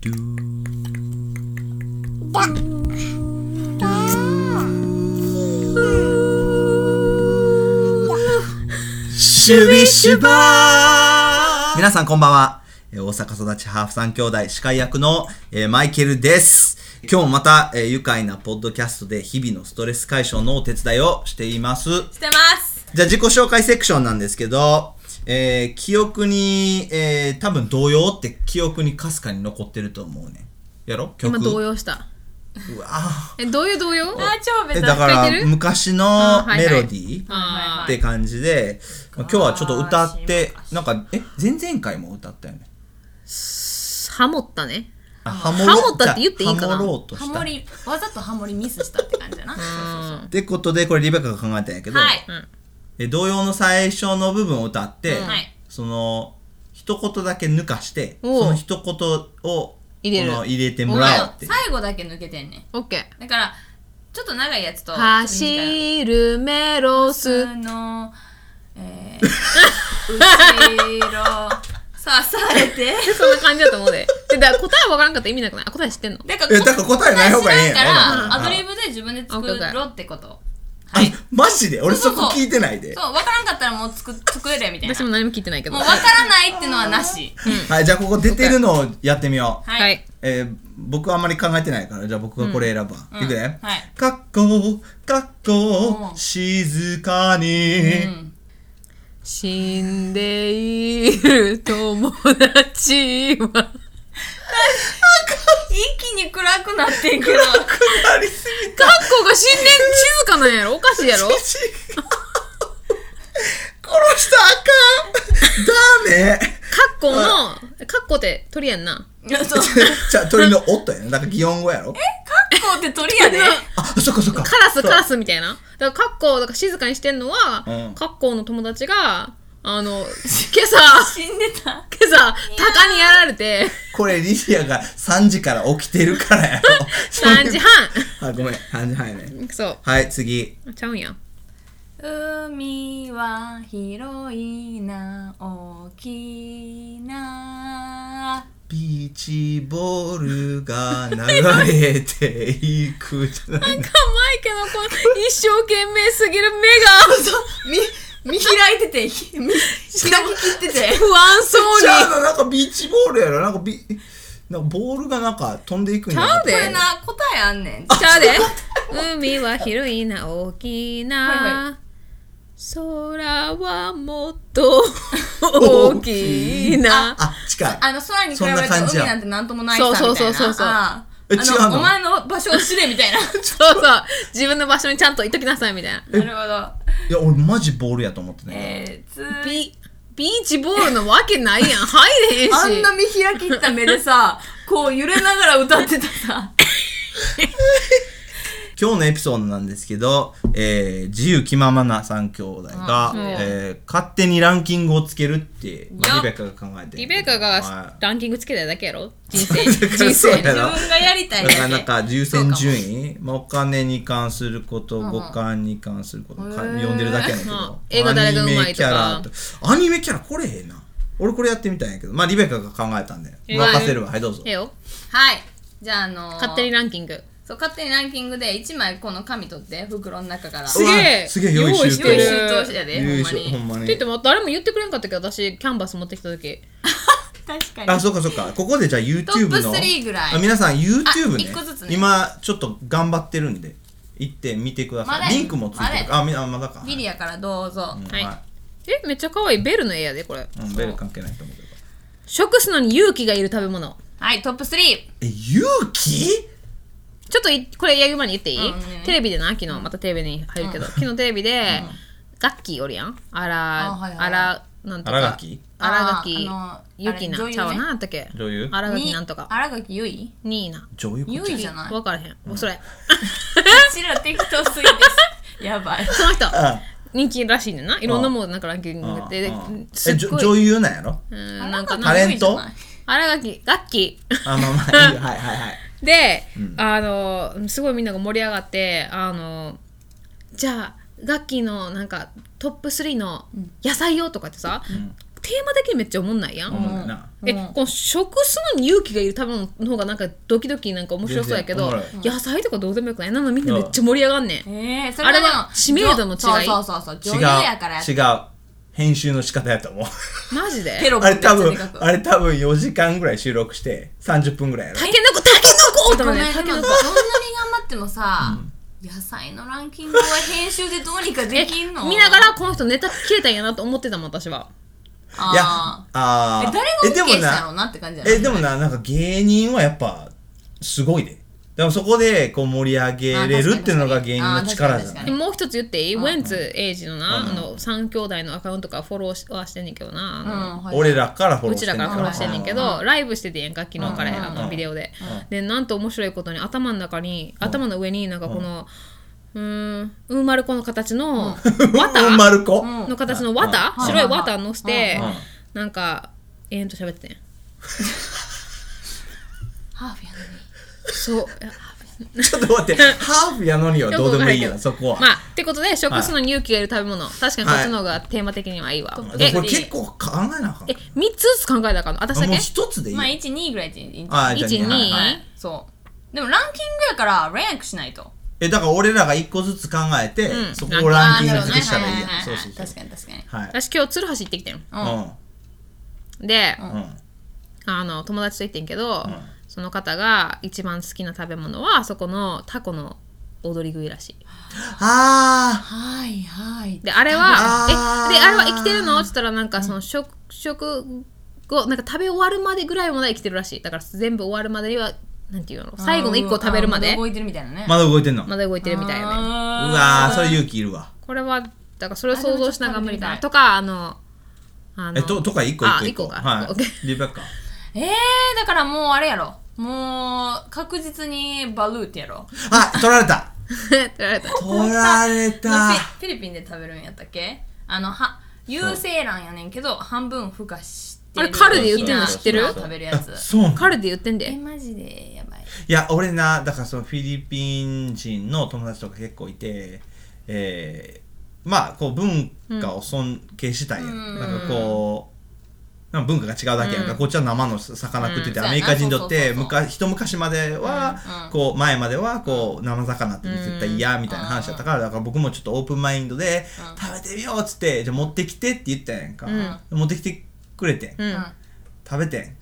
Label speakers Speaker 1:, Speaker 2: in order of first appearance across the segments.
Speaker 1: ドゥー
Speaker 2: だだ
Speaker 1: シュビシュバー皆さんこんばんは。えー大阪育ちハーフ三兄弟司会役の、えーマイケルです。今日もまた、えー愉快なポッドキャストで日々のストレス解消のお手伝いをしています。
Speaker 3: してます
Speaker 1: じゃあ自己紹介セクションなんですけど、えー記憶に、えー多分童謡って記憶にかすかに残ってると思うね。やろ曲
Speaker 3: 今動揺した
Speaker 1: うわぁ
Speaker 3: えどういう動揺
Speaker 2: あー超
Speaker 1: え
Speaker 2: ベタ
Speaker 1: だか
Speaker 3: 書い
Speaker 1: ら
Speaker 3: てる
Speaker 1: 昔
Speaker 3: あ
Speaker 1: の
Speaker 3: ーはいはい
Speaker 1: メロディー
Speaker 3: あー
Speaker 1: って感じで、まあ今日はちょっと歌ってなんかえ前々回も歌ったよね
Speaker 3: ハモったね
Speaker 1: あハ
Speaker 3: ハモったって言っていいかな
Speaker 1: ハモろうと
Speaker 2: ハ
Speaker 1: した
Speaker 2: モ
Speaker 1: っ
Speaker 2: リわざとハモリミスしたって感じだな
Speaker 1: てことでこれリベカが考えたんやけど、
Speaker 2: はい
Speaker 1: え童謡の最初の部分を歌って、
Speaker 2: んはい
Speaker 1: その一言だけ抜かして
Speaker 3: おう
Speaker 1: その一言を
Speaker 3: 入れる
Speaker 1: その入れてもらおうっていう
Speaker 2: 最後だけ抜けてんね
Speaker 3: オッケー
Speaker 2: だからちょっと長いやつと
Speaker 3: 走るメロス
Speaker 2: 普通の、えー、後 ろ刺されて
Speaker 3: そんな感じだと思うで でだから答え分からんかったら意味なくないあ答え知ってんの
Speaker 2: だか
Speaker 1: えだから答えない方がいいんやろ
Speaker 2: 答え知らん
Speaker 1: うん
Speaker 2: からアドリブで自分で作ろうってこと
Speaker 1: あマジで俺そこ聞いてないで
Speaker 2: そう分からんかったらもう作作れるみたいな
Speaker 3: 私も何も聞いてないけど
Speaker 2: もう分からないってのはなし
Speaker 1: はいじゃあここ出てるのをやってみよう、
Speaker 2: は
Speaker 3: はいい
Speaker 1: えー僕はあんまり考えてないからじゃあ僕がこれ選ぶわ、
Speaker 2: うん
Speaker 1: いくで、
Speaker 2: うんはい
Speaker 1: かっこかっこ
Speaker 2: うん
Speaker 1: 静かに、
Speaker 2: うん
Speaker 3: 死んでいる友達は
Speaker 2: 一気に暗くなってんけ ど
Speaker 1: なりすぎ
Speaker 3: カッコが死んで静かなんやろおかしいやろ
Speaker 1: し殺したらあかんだね
Speaker 3: カッコのカッコって鳥やんな
Speaker 2: そう
Speaker 1: じゃあ鳥の音やねだから擬音語やろ
Speaker 2: こうって鳥 やで
Speaker 1: あそっかそっか
Speaker 3: カラス
Speaker 1: そう
Speaker 3: カラスみたいなだからカッコだから静かにしてんのは、
Speaker 1: うん
Speaker 3: カッコの友達があの今朝
Speaker 2: 死んでた
Speaker 3: 今朝鷹にやられ て
Speaker 1: これリリアが3時から起きてるからやろ
Speaker 3: 3時半
Speaker 1: 半あごめん3時半やね
Speaker 3: そ
Speaker 1: はい次
Speaker 3: うちゃうんや
Speaker 2: 海は広いな大きな
Speaker 1: ビーチボールが流れていくじゃない
Speaker 3: なんかマイケのこの一生懸命すぎる目
Speaker 2: 見開いててひ見開ききってて
Speaker 3: が不安そう
Speaker 1: じ
Speaker 3: に
Speaker 1: ゃあなんかビーチボールやろなんかビなんかボールがなんか飛んでいくんや
Speaker 3: ちゃうで
Speaker 2: これな答えあんねん
Speaker 3: ちゃうで海は広いな大きな空はもっと大きな
Speaker 1: あ近い
Speaker 2: あの空に比べて
Speaker 1: そんな感じや
Speaker 2: 海なんてなんともないさみたいな
Speaker 3: そうそうそうそうそう
Speaker 2: あ
Speaker 1: え
Speaker 2: あ
Speaker 1: 違うの
Speaker 2: あのお前の場所を知れみたい な
Speaker 3: そうそう自分の場所にちゃんといときなさいみたいな
Speaker 2: なるほど
Speaker 1: いや俺マジボールやと思ってね
Speaker 2: えー、つ
Speaker 3: ビビーチボールのわけないやん入れへんし
Speaker 2: あんな見開きった目でさこう揺れながら歌ってたさ
Speaker 1: 今日のエピソードなんですけど、えー自由気ままな3兄弟が、
Speaker 3: うん
Speaker 1: えー勝手にランキングをつけるって、まあ
Speaker 2: よ
Speaker 1: リベカが考えてる
Speaker 3: リベカ
Speaker 1: は
Speaker 3: が
Speaker 1: い
Speaker 3: ランキングつけただけやろ人生
Speaker 1: だから
Speaker 3: 人
Speaker 1: そう
Speaker 3: 生
Speaker 1: や
Speaker 3: の
Speaker 1: ろ
Speaker 2: 自分がやりたいだ
Speaker 1: な
Speaker 2: け
Speaker 1: かなか優先順位、まあ、お金に関すること、五感に関すること、か
Speaker 2: へー
Speaker 1: 呼んでるだけやねんけ
Speaker 3: う
Speaker 1: ど
Speaker 3: ん、映画誰がうまいと
Speaker 1: ア
Speaker 3: か
Speaker 1: ニメキャラアニメキャラこれええな俺これやってみたんやけどまあリベカが考えたんで
Speaker 3: えー
Speaker 1: 任せるわはいどうぞ
Speaker 3: ええよ
Speaker 2: はいじゃああのー
Speaker 3: 勝手にランキング
Speaker 2: そう勝手にランキングで1枚この紙取って袋の中から
Speaker 3: すげ
Speaker 1: うわ
Speaker 3: え
Speaker 1: すげえ用意周到
Speaker 2: 用
Speaker 3: 用
Speaker 2: 意
Speaker 3: 意
Speaker 2: 周
Speaker 3: 周
Speaker 2: 到
Speaker 3: 到
Speaker 2: し
Speaker 3: して
Speaker 2: や
Speaker 3: て
Speaker 2: で
Speaker 1: よい
Speaker 2: ほんま
Speaker 1: しょほ
Speaker 2: に
Speaker 1: んま
Speaker 3: 言って
Speaker 1: に
Speaker 3: も誰も言ってくれんかったけど私キャンバス持ってきた時
Speaker 2: 確かに
Speaker 1: あそうかそうかここでじゃあ YouTube の
Speaker 2: トップ3ぐらい
Speaker 1: あ皆さん YouTube ね
Speaker 2: あ一個ずつね
Speaker 1: 今ちょっと頑張ってるんで行ってみてください、
Speaker 2: まだや
Speaker 1: リンクもついてるあみあまだか
Speaker 2: リリアからどうぞ、
Speaker 1: うん
Speaker 3: はい
Speaker 1: は
Speaker 3: えめっちゃ可愛いベルの絵やでこれ
Speaker 1: いうん、ベル関係ないと思うけど
Speaker 3: 食すのに勇気がいる食べ物
Speaker 2: はいトップ 3!
Speaker 1: え勇気
Speaker 3: ちょっといこれやる前に言っていい、
Speaker 2: うんうん
Speaker 3: テレビでな昨日またテレビに入るけど、昨日テレビで、ガッキーおるやんあら
Speaker 2: あはいはい
Speaker 3: あらなんとか
Speaker 1: 新垣
Speaker 3: 荒垣
Speaker 2: あーあの
Speaker 3: ゆきな
Speaker 2: あれ女優ね
Speaker 3: ちゃうわなんだっけ
Speaker 1: 女優
Speaker 3: 荒垣なんとか
Speaker 2: 荒垣結衣
Speaker 3: ニーナ
Speaker 1: 女優
Speaker 2: 結衣じゃない
Speaker 3: 分からへん、もうそれ
Speaker 2: うちら適当すぎですやばい
Speaker 3: その人
Speaker 1: あ
Speaker 3: 人気らしいねんないろんなもんなんかランキング
Speaker 1: あ
Speaker 3: で
Speaker 1: あ
Speaker 3: す
Speaker 1: え
Speaker 3: っ
Speaker 1: じょ
Speaker 3: ご
Speaker 1: 女
Speaker 3: い
Speaker 1: 優なんやろ
Speaker 3: うんなんか
Speaker 1: タ
Speaker 3: な
Speaker 1: レント
Speaker 3: 荒垣ガッキー
Speaker 1: あまあまあいいよはいはいはい
Speaker 3: で、あのすごいみんなが盛り上がってあのじゃあガッキーのなんかトップ3の野菜をとかってさ、
Speaker 1: ん
Speaker 3: 丁テーマ的にめっちゃおもんないやん、
Speaker 1: 思うんだよな。
Speaker 3: えこの食すのに勇気がいる食べ物の方がなんかドキドキなんか面白そうやけど
Speaker 1: 全然
Speaker 3: 野菜とかどうでもよくないなのみんなめっちゃ盛り上がんねん
Speaker 2: えー、そ
Speaker 3: あれ
Speaker 2: れ
Speaker 3: は
Speaker 2: は
Speaker 3: 知名度の違い
Speaker 2: そうそうそうそう
Speaker 1: 違
Speaker 2: 女優やからや
Speaker 1: う。違う。編集の仕方やと思う。
Speaker 3: マジで
Speaker 2: ペロ
Speaker 1: あれ多分、あ
Speaker 2: れ
Speaker 1: れ多分4時間ぐらい収録して30分ぐらいやろ
Speaker 3: タ。ケノコタケノコと
Speaker 2: ご
Speaker 3: か
Speaker 2: めん
Speaker 3: ね
Speaker 2: で
Speaker 3: タ
Speaker 2: も
Speaker 3: ケ
Speaker 2: どんな
Speaker 3: ノ
Speaker 2: に
Speaker 3: コ
Speaker 2: 頑張ってもさ、野菜のランキングは編集でどうにかできんの
Speaker 3: 見ながらこの人ネタ切れたんやなと思ってたもん私はい
Speaker 1: や、
Speaker 2: あ
Speaker 1: あ
Speaker 2: ー
Speaker 1: ー
Speaker 2: え誰が OK したのなって感じだ
Speaker 1: えでもななんか芸人はやっぱすごいででもそこでこう盛り上げれるっていうのが芸人の力じゃ
Speaker 2: あ確かに確か
Speaker 1: ない
Speaker 2: に
Speaker 3: もう一つ言っていいウェンツエイジのな、
Speaker 1: うん
Speaker 3: あの3兄弟のアカウントからフォローしはしてんねんけどな、あ
Speaker 2: う
Speaker 3: の
Speaker 2: んはい
Speaker 1: 俺らからフォロ
Speaker 3: う
Speaker 1: ーし
Speaker 3: ち
Speaker 1: て
Speaker 3: ら
Speaker 1: ん
Speaker 3: からフォローしてんねんけど、
Speaker 2: う
Speaker 3: ライブしててやんか昨日からや
Speaker 2: うん
Speaker 3: あのビデオで、
Speaker 1: う
Speaker 3: でなんと面白いことに頭の中に頭の上になんかこのうーんうんまる子の形の綿
Speaker 1: うん丸子
Speaker 2: ん
Speaker 3: の形の綿
Speaker 1: うん
Speaker 3: 白い綿のせて
Speaker 1: うんうん
Speaker 3: なんか延々と喋っててん
Speaker 2: ハーフやのに
Speaker 3: そう
Speaker 1: ちょっと待ってハーフやのにはどうでもいいや んそこは、
Speaker 3: まあってことで食すのに勇気がいる食べ物確かにこっちの方がテーマ的にはいいわ、
Speaker 1: で
Speaker 3: え
Speaker 1: もこれ結構考えなあかん
Speaker 3: え三3つずつ考えたから私だ
Speaker 1: あもう
Speaker 3: け
Speaker 1: 一つでいいよ
Speaker 2: まあ1、2ぐらいでいいんじゃ
Speaker 1: あーじゃあ
Speaker 3: 一
Speaker 1: ねはいは
Speaker 3: 二
Speaker 1: い
Speaker 2: ないそう。でもランキングやからランクしないと。
Speaker 1: えだから俺らが一個ずつ考えて、
Speaker 3: うん
Speaker 1: そこをランキング
Speaker 2: あー
Speaker 1: 付けしたらいいやん
Speaker 2: なるほ
Speaker 1: そ
Speaker 2: ど
Speaker 1: う
Speaker 2: ね
Speaker 1: そうそう
Speaker 2: 確かに確かに。
Speaker 1: はい
Speaker 3: 私今日鶴橋行ってきてん
Speaker 2: うん
Speaker 3: で、
Speaker 2: うん
Speaker 1: うんうん
Speaker 3: あの友達と行ってんけど、
Speaker 1: うん
Speaker 3: その方が一番好きな食べ物はあそこのタコの踊り食いらしい
Speaker 1: あ
Speaker 2: はいはい。
Speaker 3: であれ
Speaker 1: あ
Speaker 3: は
Speaker 1: ー
Speaker 3: えであれは生きてるのって言ったらなんかその食食後なんか食べ終わるまでぐらいまで生きてるらしいだから全部終わるまではなんていうの最後の1個食べるま
Speaker 2: あー
Speaker 3: で
Speaker 2: 動いてるみたいなね。
Speaker 1: ーまだ動いてんの、
Speaker 3: まだ動いてるみたいよね
Speaker 1: う
Speaker 2: あー
Speaker 1: わーそれ勇気いるわ
Speaker 3: これはだからそれを想像しながら無理だな
Speaker 2: あでもち
Speaker 3: とかあのあの
Speaker 1: えととか一個
Speaker 3: あ
Speaker 1: 一個一個
Speaker 3: 一個か
Speaker 1: は
Speaker 3: オッケ
Speaker 1: いリベッカ
Speaker 2: えー、だからもうあれやろ。もう確実にバルーってやろ。
Speaker 1: あ取られた
Speaker 3: ー取られた
Speaker 1: 取られた
Speaker 2: フィリピンで食べるんやったっけあの、は、有精卵やねんけど、半分孵化してる。
Speaker 3: あれカルデ言ってん
Speaker 1: る
Speaker 3: の知ってる
Speaker 2: ひな食べるやつ
Speaker 1: あ。そうなん
Speaker 3: 彼で言ってん
Speaker 2: え、
Speaker 3: で
Speaker 2: マジでや ばい。
Speaker 1: いや俺なだからそのフィリピン人の友達とか結構いてえー、まあこう文化を尊敬したいやん、
Speaker 2: うん
Speaker 1: なんかこうなんか文化が違うだけやんか、こっちは生の魚食ってて、
Speaker 2: うん
Speaker 1: アメリカ人にとっ
Speaker 2: そうや
Speaker 1: て
Speaker 2: なそうそう
Speaker 1: 昔一昔までは、
Speaker 2: うんうん
Speaker 1: こう前まではこう生魚って絶対嫌みたいな話だったから、だから僕もちょっとオープンマインドで、
Speaker 2: うん
Speaker 1: 食べてみようっつってじゃあ持ってきてって言ったやんか、持ってきてくれてん、
Speaker 3: うん
Speaker 2: うん。
Speaker 1: 食べてん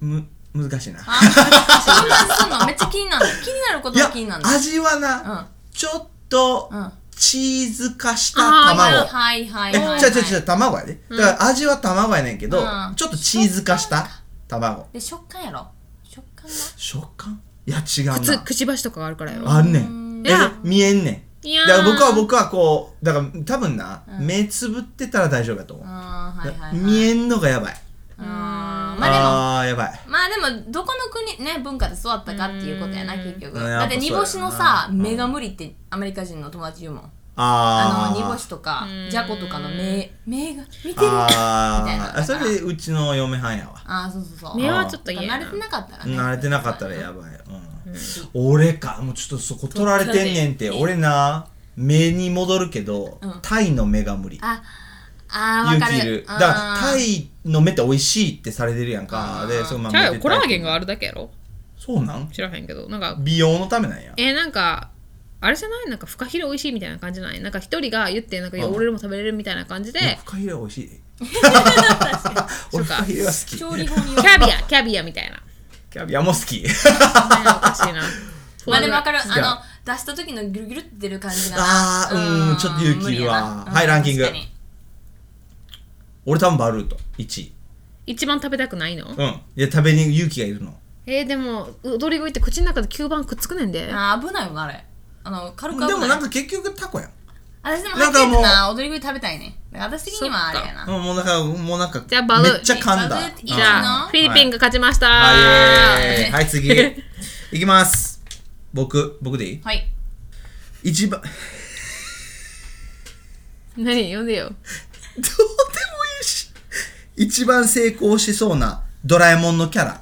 Speaker 2: うん。
Speaker 1: む難しいな
Speaker 2: あ、そんなんすんのめっちゃ気になる。気になるこ
Speaker 1: い
Speaker 2: と
Speaker 1: や
Speaker 2: が気になる。
Speaker 1: 味はな、
Speaker 2: うん。
Speaker 1: ちょっと
Speaker 2: うん
Speaker 1: チーズ化した
Speaker 2: はい
Speaker 1: 卵。
Speaker 2: はいはい
Speaker 1: え、
Speaker 2: はいはい。
Speaker 1: 違う違う違う、卵やで。だから味は卵やねんけど
Speaker 2: うん、
Speaker 1: ちょっとチーズ化した卵。
Speaker 2: で、食感やろ。食感が。
Speaker 1: 食感いや、違う
Speaker 3: くつ
Speaker 1: な。
Speaker 3: くちばしとかがあるからやろ
Speaker 1: あんね
Speaker 2: うん
Speaker 1: ん。え
Speaker 3: いや、
Speaker 1: 見えんね
Speaker 3: い
Speaker 1: ん。
Speaker 3: や
Speaker 1: だ
Speaker 3: ー
Speaker 1: から僕は僕はこう、だから多分な、
Speaker 2: うん
Speaker 1: 目つぶってたら大丈夫やと思う。
Speaker 2: あーはいはいはい。
Speaker 1: 見えんのがやばい。
Speaker 2: あーまあでも、
Speaker 1: あー、やばい。
Speaker 2: まあでもどこの国ね文化で育ったかっていうことやな結局
Speaker 1: うん
Speaker 2: だって煮干し
Speaker 1: やっ
Speaker 2: のさ
Speaker 1: ぱそうやな
Speaker 2: 目が無理ってアメリカ人の友達言うもん
Speaker 1: あ
Speaker 2: あ
Speaker 1: ー。
Speaker 2: の煮干しとかじゃことかの目目が見てるみたい
Speaker 1: あ
Speaker 2: な
Speaker 1: ー。あそれうちの嫁はんやわ。
Speaker 2: ああそうそうそう
Speaker 3: 目
Speaker 1: は
Speaker 3: はちょっと
Speaker 2: なん
Speaker 3: 嫌
Speaker 2: か
Speaker 3: やな
Speaker 2: 慣れてなかったらね
Speaker 1: 慣れてなかったらやばい、うん俺かもうちょっとそこ取られてんねんって
Speaker 2: 取
Speaker 1: 俺な目に戻るけど、
Speaker 2: うん
Speaker 1: タイの目が無理
Speaker 2: ああーわ
Speaker 1: 勇
Speaker 2: かる
Speaker 1: 気いるだ
Speaker 2: あー
Speaker 1: からタイの目って美味しいってされてるやんか
Speaker 2: あー
Speaker 1: でそうま
Speaker 3: ちゃう
Speaker 1: め
Speaker 3: よ
Speaker 1: で
Speaker 3: コ
Speaker 1: たい
Speaker 3: ラーゲンがあるだけやろ
Speaker 1: そうなん
Speaker 3: 知らへんけどなんか
Speaker 1: 美容のためなんや
Speaker 3: えーなんかあれじゃないなんかフカヒレ美味しいみたいな感じないなんか一人が言ってなんかいや
Speaker 1: うん
Speaker 3: 俺も食べれるみたいな感じで
Speaker 1: いやフカヒレは美味しい俺フカヒレは好き
Speaker 2: 調理法に
Speaker 3: キ
Speaker 2: よる
Speaker 3: ャビ アキャビアみたいな
Speaker 1: キャビアも好き
Speaker 3: ねおかしいな
Speaker 2: まあでもわかる
Speaker 1: じゃ
Speaker 2: あの出した時のギュルギュルって出る感じがな
Speaker 1: あーうんちょっと勇気いるわ
Speaker 2: 無理やな
Speaker 1: はいランキング
Speaker 2: 確かに
Speaker 1: 俺多分バルート1位
Speaker 3: 一番食べたくないの
Speaker 1: うんいや食べに勇気がいるの
Speaker 3: えーでも踊り食いって口の中で吸盤くっつくねんで
Speaker 2: あー危ないよなあれあの軽く危ない
Speaker 1: でもなんか結局タコやん
Speaker 2: 私でも
Speaker 1: な
Speaker 2: なんん
Speaker 1: か
Speaker 2: か
Speaker 1: も
Speaker 2: も
Speaker 1: う
Speaker 2: な踊り食い食べたいねだから私的にはあれやな
Speaker 1: うんもうなんか、もうなんか、
Speaker 3: じゃあバルー
Speaker 1: めっちゃ噛んだ
Speaker 2: バルー。
Speaker 3: じ
Speaker 2: いいな
Speaker 3: ゃあフィリピンが勝ちました
Speaker 1: あイエーイ
Speaker 3: ー
Speaker 1: はい、次。 いきます。僕、僕でいい
Speaker 2: はい
Speaker 1: 一番、ど
Speaker 3: 何読んでよ
Speaker 1: うでもいいし。一番成功しそうなドラえもんのキャ ラ。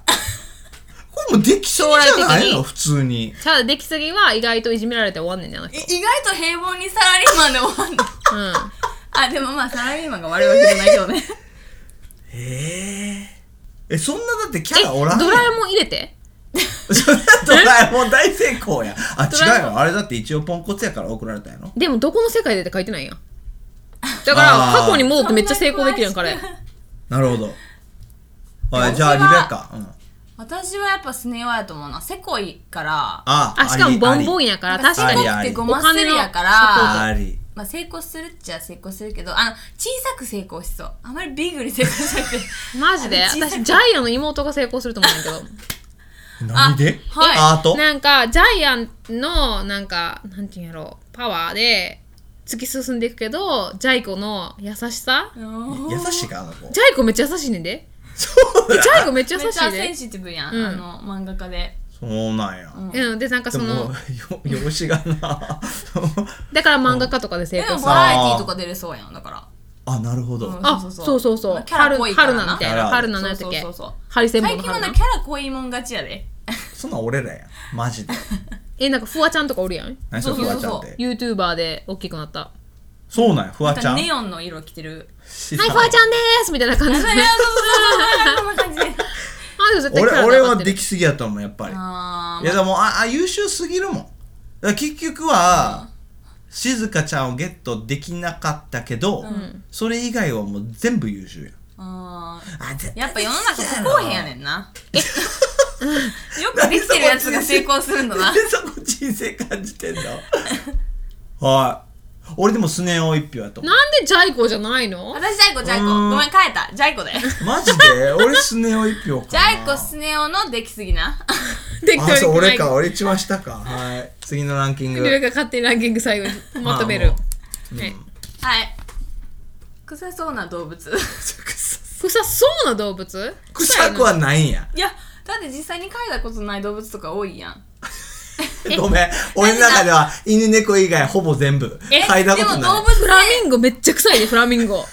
Speaker 1: これもうできそうじゃないの普通に。
Speaker 3: ただ出来すぎは意外といじめられて終わんねんねあの人
Speaker 2: い意外と平凡にサ ラリーマンで終わんの
Speaker 3: うん
Speaker 2: あでもまあサラリーマンが悪いわけじゃないけどね
Speaker 1: えええそんなだってキ
Speaker 3: え
Speaker 1: ャラおらん
Speaker 3: ドラえもん入れて
Speaker 1: それドラえもん大成功やあ
Speaker 3: ドラえ
Speaker 1: 違う
Speaker 3: も
Speaker 1: よあれだって一応ポンコツやから送られたんやろ
Speaker 3: でもどこの世界でって書いてないやんだから
Speaker 1: あー
Speaker 3: 過去に戻ってめっちゃ成功できるやん彼
Speaker 1: なるほどはい
Speaker 2: 私は
Speaker 1: じゃあリベッカ、うん、
Speaker 2: 私はやっぱスネ夫やと思うなせこいから
Speaker 1: あ
Speaker 3: あしかもボンボンやから
Speaker 2: なんか
Speaker 3: 確
Speaker 2: せ
Speaker 3: か
Speaker 2: こ
Speaker 3: に
Speaker 1: ありあ
Speaker 2: く
Speaker 1: り
Speaker 2: てごますりやから
Speaker 1: ありあり
Speaker 2: まあ、成功するっちゃ成功するけどあの小さく成功しそうあまりビッグに成功しなくて
Speaker 3: マジで
Speaker 2: あの小さい
Speaker 3: 私ジャイアンの妹が成功すると思うんだけど
Speaker 1: 何で
Speaker 2: あはい
Speaker 1: アート
Speaker 3: なんかジャイアンのなんかなんていうんやろうパワーで突き進んでいくけどジャイ子の優しさ
Speaker 2: うん
Speaker 1: 優しいかあの子
Speaker 3: ジャイ子めっちゃ優しいねんで
Speaker 1: そう
Speaker 3: ジ
Speaker 1: だ
Speaker 3: ャイ子めっちゃ
Speaker 2: め
Speaker 3: 優
Speaker 2: っ
Speaker 3: し
Speaker 2: ちゃ
Speaker 3: い
Speaker 2: セン
Speaker 3: で
Speaker 2: シティブやん、
Speaker 3: うん
Speaker 2: あの漫画家で
Speaker 1: そうなんや
Speaker 3: うんでなんか
Speaker 1: で
Speaker 3: その
Speaker 1: もよ容姿がな
Speaker 3: だから漫画家とかで成
Speaker 2: で
Speaker 3: 功
Speaker 2: も
Speaker 3: す
Speaker 2: バ
Speaker 3: る
Speaker 2: ラエティーとか出れそうやんだから
Speaker 1: あなるほど、
Speaker 2: うん
Speaker 3: あ
Speaker 2: そうそう
Speaker 3: そうそうそう
Speaker 2: キャラ
Speaker 3: 春
Speaker 2: 濃いから
Speaker 3: 春
Speaker 2: な
Speaker 3: 菜みたいな
Speaker 1: キャラあ
Speaker 3: 春
Speaker 1: る
Speaker 3: 菜のやつだっけ
Speaker 2: そうそうそうそう
Speaker 3: ハリセンボン
Speaker 2: 最
Speaker 3: の
Speaker 2: 近は
Speaker 3: 春
Speaker 2: な
Speaker 3: 菜
Speaker 2: キャラ濃いもん勝ちやで
Speaker 1: そんなん俺らやマジで
Speaker 3: えなんかフワちゃんとかおるやん
Speaker 1: 何それ
Speaker 2: そう
Speaker 1: フ
Speaker 2: そう
Speaker 1: ワ
Speaker 2: そう
Speaker 1: ちゃんって
Speaker 3: YouTuber で大きくなったは
Speaker 1: そうなんやフワちゃん
Speaker 2: ネオンの色着てる
Speaker 1: 知
Speaker 3: い
Speaker 1: らん
Speaker 3: フワちゃんでーすみたいな感じ
Speaker 2: そう
Speaker 3: で
Speaker 2: そうそう そうこんな感じで
Speaker 3: あでも絶対キャ
Speaker 1: 俺
Speaker 3: ラが
Speaker 1: 俺
Speaker 3: 上が
Speaker 1: は
Speaker 3: ってる
Speaker 1: できすぎやと思うやっぱり
Speaker 2: あ
Speaker 1: い
Speaker 2: ー
Speaker 1: やでもああ優秀すぎるもんだから結局は静香ちゃんをゲットできなかったけど、それ以外はもう全部優秀やん
Speaker 2: あー
Speaker 1: あ絶対
Speaker 2: やっぱ世の中
Speaker 1: 優秀
Speaker 2: 不公平やねんな よくできてるやつが成功するんだな
Speaker 1: な んで そこ人生感じてんの はい俺でもスネ夫一票やと思う
Speaker 3: なんでジャイ子じゃないの
Speaker 2: 私ジャイコジャイコ
Speaker 1: うーん
Speaker 2: ごめん変えたジャイコ でジ
Speaker 1: マジで俺スネ夫一票かな
Speaker 2: ャイコスネ夫のできすぎな
Speaker 3: でき
Speaker 1: あそう
Speaker 3: な
Speaker 1: 俺
Speaker 3: い
Speaker 1: か俺一番下かはい次のランキング
Speaker 3: リュウが勝手にランキング最後にまとめる
Speaker 1: まあも
Speaker 3: はい
Speaker 2: はい臭そうな動物
Speaker 3: 臭そうな動物
Speaker 1: 臭くはないんや
Speaker 2: いやだって実際に嗅いだことない動物とか多いやん
Speaker 1: ごめん俺の中では犬猫以外ほぼ全部
Speaker 3: え
Speaker 1: 嗅いだこと
Speaker 2: でも動
Speaker 1: ない
Speaker 2: 物
Speaker 3: フラミンゴめっちゃ臭いでフラミンゴ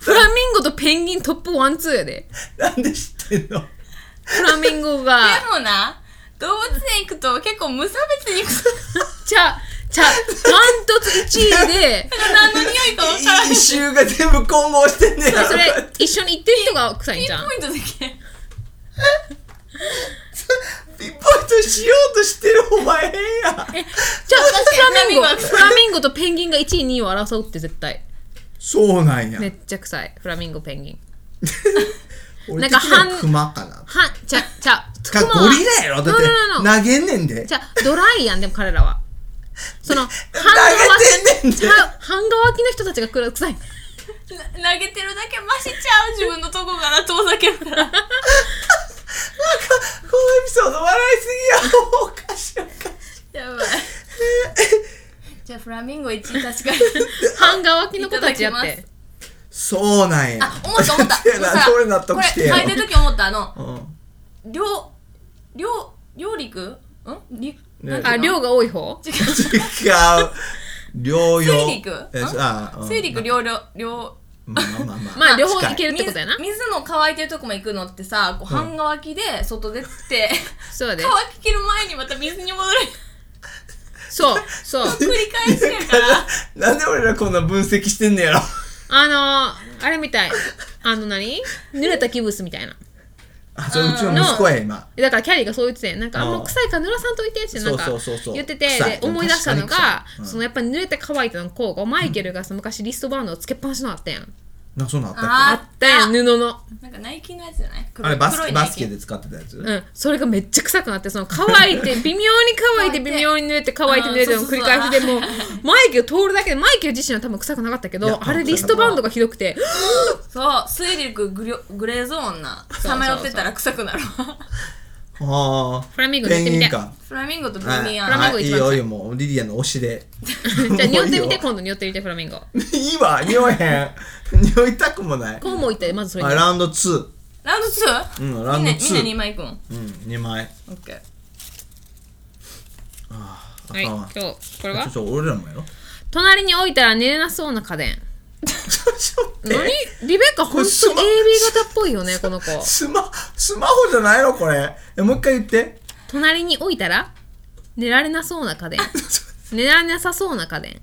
Speaker 3: フラミンゴとペンギントップワンツーやで
Speaker 1: なんで知ってんの
Speaker 3: フラミンゴが
Speaker 2: でもな動物園行くと結構無差別に臭い
Speaker 3: ちゃちゃダントツ1 位で
Speaker 2: 何の匂いか分からん
Speaker 1: 一周が全部混合してんねや
Speaker 3: それ一緒に行ってる人が臭いん
Speaker 2: ピン
Speaker 3: じゃん
Speaker 2: ポイントだけ
Speaker 1: ピンポイントしようとしてるお前変や
Speaker 3: じゃあフラミンゴ
Speaker 2: フラミンゴは臭い
Speaker 3: フラミンゴとペンギンが1位2位を争うって絶対
Speaker 1: そうなんや
Speaker 3: めっちゃ臭いフラミンゴペンギン
Speaker 1: 俺
Speaker 3: なんか
Speaker 1: 的には
Speaker 3: 半
Speaker 1: クマかな
Speaker 3: はちゃちゃ
Speaker 1: か
Speaker 3: クマは
Speaker 1: ゴリラやろだっ
Speaker 3: ななな
Speaker 1: て投
Speaker 3: な
Speaker 1: げんねんで
Speaker 3: じゃあドライやんでも彼らは その半
Speaker 1: 投げてんねん
Speaker 3: ち
Speaker 1: て
Speaker 3: ゃう半乾きの人たちがくら臭い
Speaker 2: な投げてるだけマシちゃう自分のとこから遠ざけるから
Speaker 1: このエピソード笑いすぎやおかしいおかし
Speaker 2: やばいじゃあフラミンゴ1位確かに
Speaker 3: 半乾きの子たちやっ
Speaker 2: いただき
Speaker 3: て
Speaker 1: いそうなんや
Speaker 2: あ思った思った
Speaker 1: いやな
Speaker 2: もうさ
Speaker 1: それ納得してよ
Speaker 2: これ書いてる時思ったあの
Speaker 1: うん
Speaker 2: 両両両陸んり
Speaker 1: ね
Speaker 2: なんて
Speaker 3: あ
Speaker 2: いうの
Speaker 3: 量が多い方
Speaker 2: 違う
Speaker 1: 違う療養
Speaker 2: 水陸
Speaker 1: え
Speaker 2: ん
Speaker 1: あうん
Speaker 2: 水陸両両両
Speaker 1: まあまあまあ
Speaker 3: まあ両方
Speaker 1: 近い
Speaker 3: いけるって
Speaker 2: 水
Speaker 3: ことやな
Speaker 2: 水の乾いてるとこも行くのってさこう半乾きで外出て、
Speaker 3: そうやで
Speaker 2: 乾ききる前にまた水に戻る
Speaker 3: そうそう
Speaker 2: 繰り返しやから
Speaker 1: なんで俺らこんな分析してんねやろ
Speaker 3: あのー、あれみたいあの何濡れたキブスみたいな
Speaker 1: あそううちの息子や今
Speaker 3: だからキャリーがそう言っててなんか
Speaker 1: あ
Speaker 3: あ
Speaker 1: ー
Speaker 3: んま臭いから濡らさんといてってなんか
Speaker 1: そうそうそうそう
Speaker 3: 言ってて
Speaker 1: 臭い
Speaker 3: で思い出したの
Speaker 1: 確か
Speaker 3: が
Speaker 1: に臭いうん
Speaker 3: そのやっぱり濡れて乾いたのこうマイケルがさ昔リストバンドをつけっぱなしのあったやん
Speaker 1: なそん なんあったっけ
Speaker 2: あ
Speaker 3: あったやん布の
Speaker 2: なんかナイキのやつじゃない黒
Speaker 1: あれバス
Speaker 2: 黒いナイ
Speaker 1: バスケで使ってたやつ、
Speaker 3: うんそれがめっちゃ臭くなってその乾いて微妙に乾いて
Speaker 2: 乾いて
Speaker 3: 微妙に濡れて乾いて濡れて
Speaker 2: あー
Speaker 3: の
Speaker 2: そう
Speaker 3: 繰
Speaker 2: そうそ
Speaker 3: り
Speaker 2: う
Speaker 3: 返しでもうマイケル通るだけでマイケル自身は多分臭くなかったけ
Speaker 1: いや
Speaker 3: どあれリストバンドがひど くて
Speaker 2: そう水陸グリョグレーゾーンな
Speaker 3: う
Speaker 2: さまよってたら臭くなるわ
Speaker 1: ああ
Speaker 3: フラミンゴ塗ってみて
Speaker 1: ペンギンか
Speaker 2: フラミンゴとブ
Speaker 1: は
Speaker 2: ミ
Speaker 1: い
Speaker 2: ア
Speaker 3: フラミンゴ
Speaker 1: はいいい
Speaker 3: 一番
Speaker 1: よい
Speaker 3: 臭い
Speaker 1: いよもうリリアの推しで
Speaker 3: じゃあ匂
Speaker 1: も
Speaker 3: って
Speaker 1: う
Speaker 3: み
Speaker 1: い
Speaker 3: て
Speaker 1: いよ
Speaker 3: 今度匂ってみてフラミンゴ
Speaker 1: いいわ匂えへん匂いたくもない
Speaker 3: こうも言ったでまずそれ
Speaker 1: あ
Speaker 3: に
Speaker 1: ラウンド2
Speaker 2: ラウンド 2?
Speaker 1: うんラウンド2
Speaker 2: みんなみんな2枚いくんオ
Speaker 1: うん2枚
Speaker 2: ッケー
Speaker 1: あ
Speaker 3: はい
Speaker 1: かん
Speaker 3: 今
Speaker 1: わ
Speaker 3: 日これは
Speaker 1: ちょっと俺らもやろ
Speaker 3: 隣に置いたら寝れなそうな家電
Speaker 1: ちょちょっと
Speaker 3: 何
Speaker 1: 待って
Speaker 3: リベッカほんと
Speaker 1: こ
Speaker 3: AB
Speaker 1: れスマ
Speaker 3: 型っぽいよねこの子
Speaker 1: スマスマホじゃないのこれえもう一回言って
Speaker 3: 隣に置いたら寝られなそうな家電寝られなさそうな家電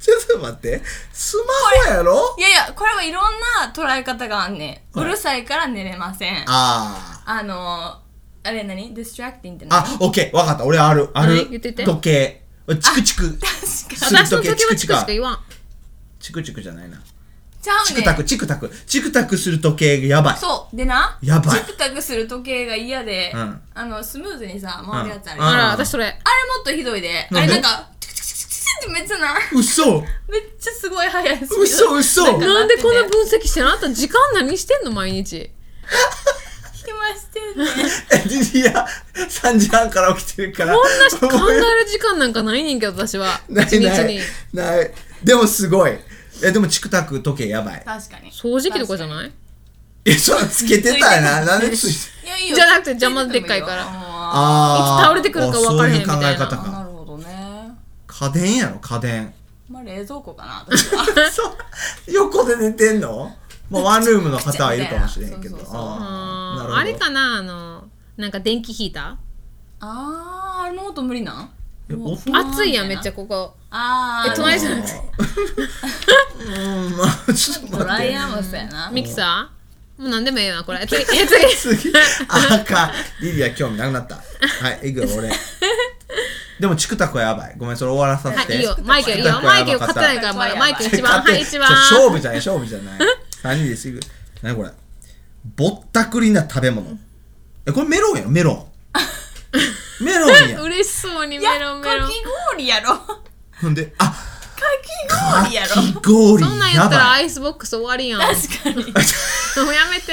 Speaker 1: ちょっと待って。スマホやろ
Speaker 2: いやいや、これはいろんな捉え方があんねん。
Speaker 1: はいう
Speaker 2: るさいから寝れません。あ
Speaker 1: あ
Speaker 2: のー、あれ何 ?distracting って
Speaker 1: あ。
Speaker 2: 何
Speaker 1: あ、オッケー。わかった。俺ある。あ
Speaker 3: はい
Speaker 1: る。
Speaker 3: 言ってて
Speaker 1: 時計。チクチク。
Speaker 2: 確か
Speaker 1: すぐ
Speaker 3: 私の
Speaker 1: 時計
Speaker 3: 時
Speaker 1: チク
Speaker 3: はチク
Speaker 1: チク
Speaker 3: し
Speaker 1: か
Speaker 3: か言わん。
Speaker 1: チクチクじゃないな。
Speaker 2: ちゃ
Speaker 1: チ
Speaker 2: う
Speaker 1: ク
Speaker 2: ね
Speaker 1: タ
Speaker 2: ん。
Speaker 1: ク、チクタク。チクタクする時計がやばい。
Speaker 2: そう。でな、
Speaker 1: やばい
Speaker 2: チクタクする時計が嫌で、
Speaker 1: うん
Speaker 2: あの、スムーズにさ、回るやつある、
Speaker 1: うん
Speaker 2: あ
Speaker 3: あ
Speaker 2: れ
Speaker 3: ら、私それ。
Speaker 2: もっとひどいで、あ
Speaker 1: なん
Speaker 2: れ
Speaker 1: で
Speaker 2: なんか、チクチクチクチクチクってめっちゃな、
Speaker 1: 嘘
Speaker 2: めっちゃすごい速いスピード
Speaker 1: 嘘嘘
Speaker 2: なんか
Speaker 3: なんでこんな分析してんのあんた時間何してんの毎日。
Speaker 2: 聞きまして
Speaker 1: い
Speaker 2: ね。
Speaker 1: や、3時半から起きてるから。
Speaker 3: こんなし考える時間なんかないねんけど、私は。
Speaker 1: ない
Speaker 3: 一日
Speaker 1: ない
Speaker 3: に。
Speaker 1: ないでもすごいえでもチクタク時計やばい
Speaker 2: 確かに。
Speaker 3: 掃除機とかじゃない
Speaker 1: えそうつけてたよななんでついて
Speaker 2: いやいいよ
Speaker 3: じゃなくて邪魔でっかいから
Speaker 2: あ
Speaker 1: あ
Speaker 3: いつ倒れてくるか分からへんみたいな
Speaker 1: あそういう考え
Speaker 2: ー
Speaker 1: 方
Speaker 2: あな
Speaker 1: か
Speaker 2: るほどね。
Speaker 1: 家電やろ家電
Speaker 2: まあ冷蔵庫かな、私は。
Speaker 1: そう横で寝てんのまあワンルームの方はいるかもしれんけど
Speaker 2: そうそうそう
Speaker 1: あーなる
Speaker 3: あー
Speaker 1: ほど
Speaker 3: あれかなあの、なんか電気ヒータ
Speaker 2: あー、あれの音無理なん
Speaker 1: え
Speaker 2: もう
Speaker 1: 音
Speaker 2: あ
Speaker 3: ー暑いやん、めっちゃ
Speaker 2: み
Speaker 3: ここ。
Speaker 2: たいなあー、
Speaker 3: え隣じゃなくて
Speaker 1: うんまあちょっと
Speaker 2: ドラ
Speaker 1: 待っ
Speaker 2: イ
Speaker 1: て
Speaker 2: ヤーもそうやな。
Speaker 3: ミキサーもう何でもええわ、これ。え次、え次。
Speaker 1: 次あかリリア興味なくなったはいいくよ俺でもチクタクはやばいごめんそれ終わらさせて
Speaker 3: はい、いいよ。マイケルいい
Speaker 1: チ
Speaker 3: よ。
Speaker 1: クタクは
Speaker 3: マ
Speaker 1: や
Speaker 3: イケル
Speaker 1: ばか
Speaker 3: 勝
Speaker 1: った
Speaker 3: てないから、まだマイケル一番。はい、一番。
Speaker 1: ちょ勝負じゃない勝負じゃない何人ですいく何これぼったくりな食べ物えこれメロンやんメロ ンメロンやん
Speaker 3: 嬉しそうに
Speaker 2: いや
Speaker 3: メロンメロン
Speaker 2: かき。氷やろ。か
Speaker 1: ほんであ
Speaker 2: き
Speaker 1: か
Speaker 2: 氷やろ。
Speaker 1: き氷
Speaker 3: そんなんやったら
Speaker 1: ば
Speaker 3: ア
Speaker 1: い
Speaker 3: イスボックス終わりやん。
Speaker 2: 確かに。
Speaker 3: もうやめて。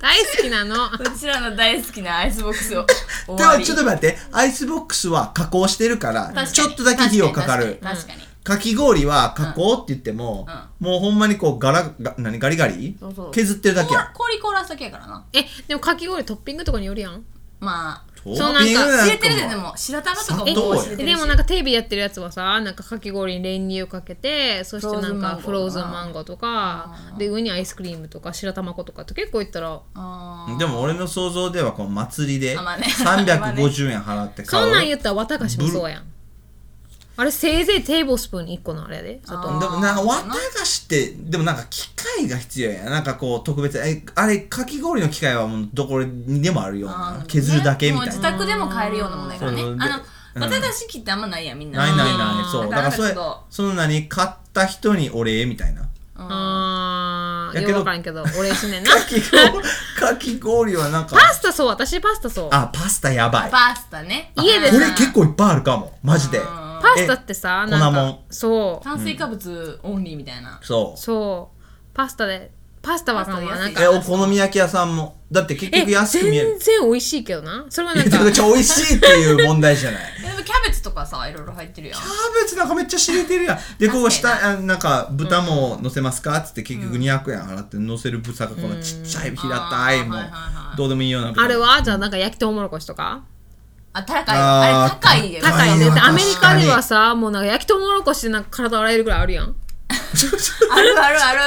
Speaker 3: 大好きなの。
Speaker 2: うちらの大好きなアイスボックスを。
Speaker 1: でもちょっと待ってアイスボックスは加工してるから
Speaker 2: と
Speaker 1: ちょっとだけ費用かかる
Speaker 2: 確かに。確かに
Speaker 1: かき氷は加工って言っても、もうほんまにこうガラガ何ガリガリ
Speaker 2: そうそう
Speaker 1: 削ってるだけやん
Speaker 2: 氷凍らすだけやからな。
Speaker 3: え、でもかき氷トッピングとかによるやん。
Speaker 2: ま
Speaker 1: ト
Speaker 3: そう
Speaker 1: ッピング
Speaker 3: なん
Speaker 2: あ、
Speaker 1: ん
Speaker 2: 知
Speaker 1: か
Speaker 2: れてるででも、白玉とかも
Speaker 1: 砂
Speaker 3: え、
Speaker 1: 糖や
Speaker 2: もう知れてるし。
Speaker 3: でもなんかテレビやってるやつはさ、なんかかき氷に練乳かけて、そしてなんかフ
Speaker 2: フ
Speaker 3: ロ
Speaker 2: ロ
Speaker 3: ー
Speaker 2: ー
Speaker 3: ズ
Speaker 2: ズ
Speaker 3: ンマ
Speaker 2: ンマ
Speaker 3: ンゴーとか、で、上にアイスクリームとか白玉粉とかって結構言ったら、
Speaker 2: あー
Speaker 1: でも俺の想像ではこの祭りで
Speaker 2: あまあね
Speaker 1: 350円払って買
Speaker 3: そ
Speaker 1: うん
Speaker 3: なん言ったら綿菓子もそうやん。あれせいぜいテーブルスプーン1個のあれやで、砂糖。
Speaker 1: でもなんか綿菓子ってでもなんか機械が必要やんなんかこう特別えあれかき氷の機械はもうどこにでもあるよう
Speaker 2: あ
Speaker 1: な
Speaker 2: ー
Speaker 1: 削るだけみたい
Speaker 2: もう
Speaker 1: な
Speaker 2: 自宅でも買えるようなもんだからね。
Speaker 1: そうで
Speaker 2: あ
Speaker 1: うん
Speaker 2: の、綿菓子機ってあんまないやん、みんな。
Speaker 1: ないない
Speaker 3: あ
Speaker 1: な
Speaker 3: ー
Speaker 1: いそうだ
Speaker 2: だ
Speaker 1: か
Speaker 2: からら
Speaker 1: それ
Speaker 2: ちょっと
Speaker 1: その何買った人にお礼みたいな
Speaker 3: あー、
Speaker 1: や
Speaker 3: よ
Speaker 1: け
Speaker 3: く
Speaker 1: ど
Speaker 3: わからんけど、お礼しねんな。
Speaker 1: かき氷かき氷はなんか
Speaker 3: パスタそう、私パスタそう。
Speaker 1: あパスタやばい
Speaker 2: パスタね。
Speaker 3: 家で
Speaker 1: こ
Speaker 3: さ
Speaker 1: れ結構いっぱいあるかもマジで
Speaker 2: あ
Speaker 3: パスタってさ、
Speaker 1: え
Speaker 3: なん
Speaker 1: 粉も
Speaker 3: か
Speaker 1: ん、
Speaker 3: そう。
Speaker 2: 炭水化物オンリーみたいな。
Speaker 1: そう
Speaker 3: そうパスタでパスタはあかんわ
Speaker 2: パスタ
Speaker 3: な
Speaker 2: は安
Speaker 3: ん
Speaker 2: い
Speaker 3: か
Speaker 1: えお好み焼き屋さんもだって結
Speaker 3: え
Speaker 1: 局安く見える
Speaker 3: 全然美味しいけどなそれはいな
Speaker 1: や
Speaker 3: ん
Speaker 1: だ
Speaker 3: か
Speaker 1: からちょ美味しいっていう問題じゃない
Speaker 2: えでもキャベツとかさ、いろいろ入ってるやん。
Speaker 1: キャベツなんかめっちゃ知れてるやん。で、こう下、あなんか豚も乗せますかっつって結局200円払って乗せる豚がこのちっちゃい平たい
Speaker 2: うん
Speaker 1: もう
Speaker 2: あーはいはいはい
Speaker 1: どうでもいいような豚。
Speaker 3: あれはじゃあなんか焼きとうもろこしとか
Speaker 2: あ、高いよ。
Speaker 1: あ
Speaker 2: あ
Speaker 1: ー
Speaker 2: れ高いよ。
Speaker 1: 高
Speaker 3: 高
Speaker 1: い
Speaker 3: い
Speaker 1: よ
Speaker 3: よ
Speaker 1: 確か
Speaker 3: ね
Speaker 1: に
Speaker 3: アメリカではさもうなんか焼きとうもろこしでなんか体洗えるぐらいあるやん
Speaker 2: あるあるある。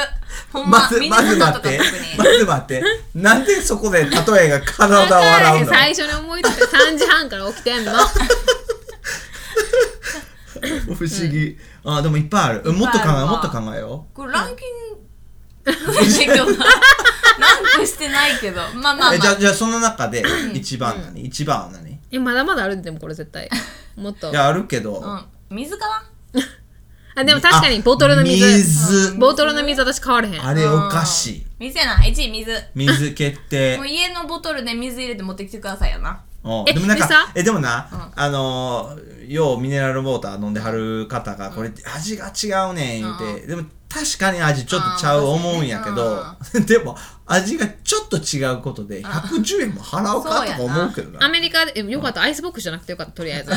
Speaker 2: ほん
Speaker 1: ま
Speaker 2: ま、
Speaker 1: ず、
Speaker 2: ミネ
Speaker 1: まず
Speaker 2: ソタ
Speaker 1: 待っ
Speaker 2: とか特
Speaker 1: て
Speaker 2: に。。
Speaker 1: まず待って。なんでそこで例えが体を
Speaker 3: だ
Speaker 1: 笑う
Speaker 3: から
Speaker 1: の
Speaker 3: 最初に思いついて3時半から起きてんの
Speaker 1: 不思議。あー、でもいっぱいある。うんもっと考
Speaker 2: いっぱいあ
Speaker 1: え
Speaker 2: る
Speaker 1: よう、
Speaker 2: わ
Speaker 1: もっと考えよ
Speaker 2: これランキング、ランクしてない けど。まあまあまあ。
Speaker 1: う。えじゃあ、じゃあその中で一番何一番は何い
Speaker 3: えまだまだあるんでもこれ絶対もっと
Speaker 1: や、あるけど。
Speaker 2: うん。水かな
Speaker 3: あでも確かにボトルの水
Speaker 1: あ水。
Speaker 3: ボトルの水私変われへん
Speaker 1: あれおかしい。
Speaker 2: 水やな。1位水。
Speaker 1: 水決定
Speaker 2: もう。家のボトルで水入れて持ってきてくださいよな。
Speaker 1: うん
Speaker 3: え
Speaker 1: でもなん
Speaker 3: でさ
Speaker 1: かえでもな、あのーようミネラルウォーター飲んではる方がこれ味が違うねん言うて、でも確かに味ちょっとちゃう思うんやけ ど、でも味がちょっと違うことで110円も払おうかとか思うけどな
Speaker 3: アメリカでえよかったアイスボックスじゃなくてよかったとりあえずう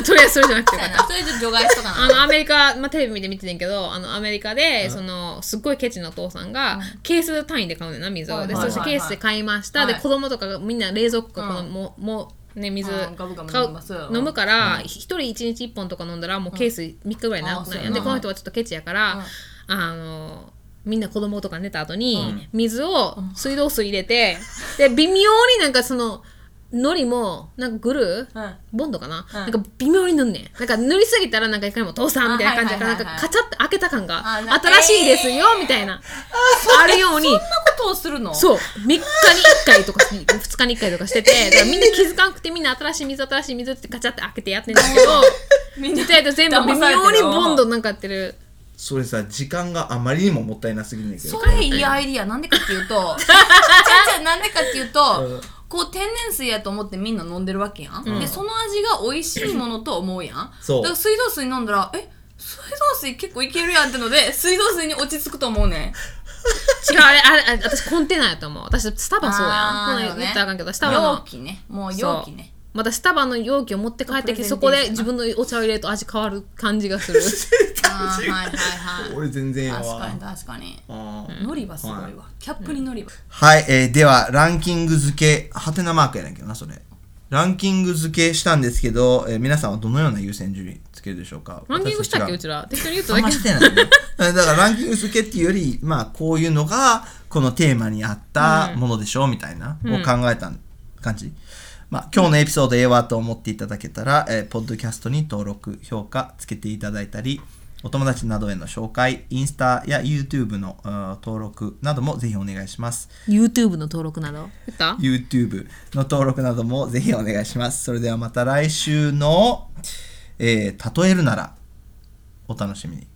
Speaker 3: ん とりあえずそれじゃなくてよか
Speaker 2: そう
Speaker 3: っ
Speaker 2: や
Speaker 3: た
Speaker 2: な。それで除外しとか
Speaker 3: あ
Speaker 2: な。
Speaker 3: のアメリカ、まあ、テレビで見ててんけどあのアメリカでそのすっごいケチなお父さんがケース単位で買うねんな水を、
Speaker 2: はい
Speaker 3: で
Speaker 2: はい
Speaker 3: そ
Speaker 2: はい
Speaker 3: してケースで買いました、
Speaker 2: はい
Speaker 3: で子供とかがみんな冷蔵庫からこの、もうもうね水
Speaker 2: うんガブガブ
Speaker 3: 買う
Speaker 2: 飲みますよ
Speaker 3: 飲むから一人一日一本とか飲んだらもうケース3日ぐらいなくなるやん、
Speaker 2: あそうやな
Speaker 3: でこの人はちょっとケチやから、あのみんな子供とか寝た後に水を水道水入れて、で微妙になんかそののりもなんかグルー、
Speaker 2: うん
Speaker 3: ボンドかな、
Speaker 2: ん
Speaker 3: なんか微妙に塗んねんなんか塗りすぎたらなんかいかにも父さんみたいな感じだから
Speaker 2: あ
Speaker 3: なん
Speaker 2: は
Speaker 3: か
Speaker 2: いはいはいは
Speaker 3: カ
Speaker 2: い
Speaker 3: チャって開けた感が
Speaker 2: あな
Speaker 3: 新しいですよみたいなあるように
Speaker 2: そんなことをするのう。
Speaker 3: そう3日に1回とか2日に1回とかしててだからみんな気づかなくてみんな新しい水新しい水ってガチャって開けてやってんだけど
Speaker 2: みんな
Speaker 3: 実際と全部微妙にボンドなんかやってる
Speaker 1: それさ時間があまりにももったいなすぎるんだけど
Speaker 2: それいいアイディアなんでかっていうとち ゃちゃなんでかっていうと、
Speaker 1: うん
Speaker 2: こう天然水やと思ってみんな飲んでるわけやん、
Speaker 1: うん
Speaker 2: でその味が美味しいものと思うやん
Speaker 1: そう
Speaker 2: だから水道水飲んだらえ水道水結構いけるやんってので水道水に落ち着くと思うねん
Speaker 3: 違うあれあれあれ私コンテナやと思う私スタバそうや
Speaker 2: あー
Speaker 3: んこの言ったらあかんけどスタバ
Speaker 2: 容
Speaker 3: の
Speaker 2: 器ねもう
Speaker 3: そう
Speaker 2: 容器ね
Speaker 3: またスタバの容器を持って帰ってきてそ
Speaker 2: プ
Speaker 3: こ
Speaker 2: レ
Speaker 3: で自
Speaker 2: ゼンテーション
Speaker 3: 分のお茶を入れると味変わる感じが する
Speaker 2: あーはい はい
Speaker 1: 俺全然や
Speaker 2: はい確
Speaker 1: わ
Speaker 2: かに確かに
Speaker 1: あー
Speaker 2: 海苔はすごいわキャップに海苔は、
Speaker 1: はい、えーではランキング付けはてなマークやねんけどなそれランキング付けしたんですけど、えー皆さんはどのような優先順位つけるでしょうか
Speaker 3: ランキングしたっけうち
Speaker 1: ら
Speaker 3: ら適当に言った
Speaker 1: あん
Speaker 3: だ
Speaker 1: ま
Speaker 3: け
Speaker 1: してない、ね、 だからランキング付けっていうよりまあこういうのがこのテーマに合ったものでしょうみたいな、を考えた感じまあ、今日のエピソードええわと思っていただけたら、えーポッドキャストに登録、評価つけていただいたり、お友達などへの紹介、インスタや YouTube のうん登録などもぜひお願いします。
Speaker 3: YouTube の登録など言った
Speaker 1: YouTube の登録などもぜひお願いします。それではまた来週の、えー例えるならお楽しみに。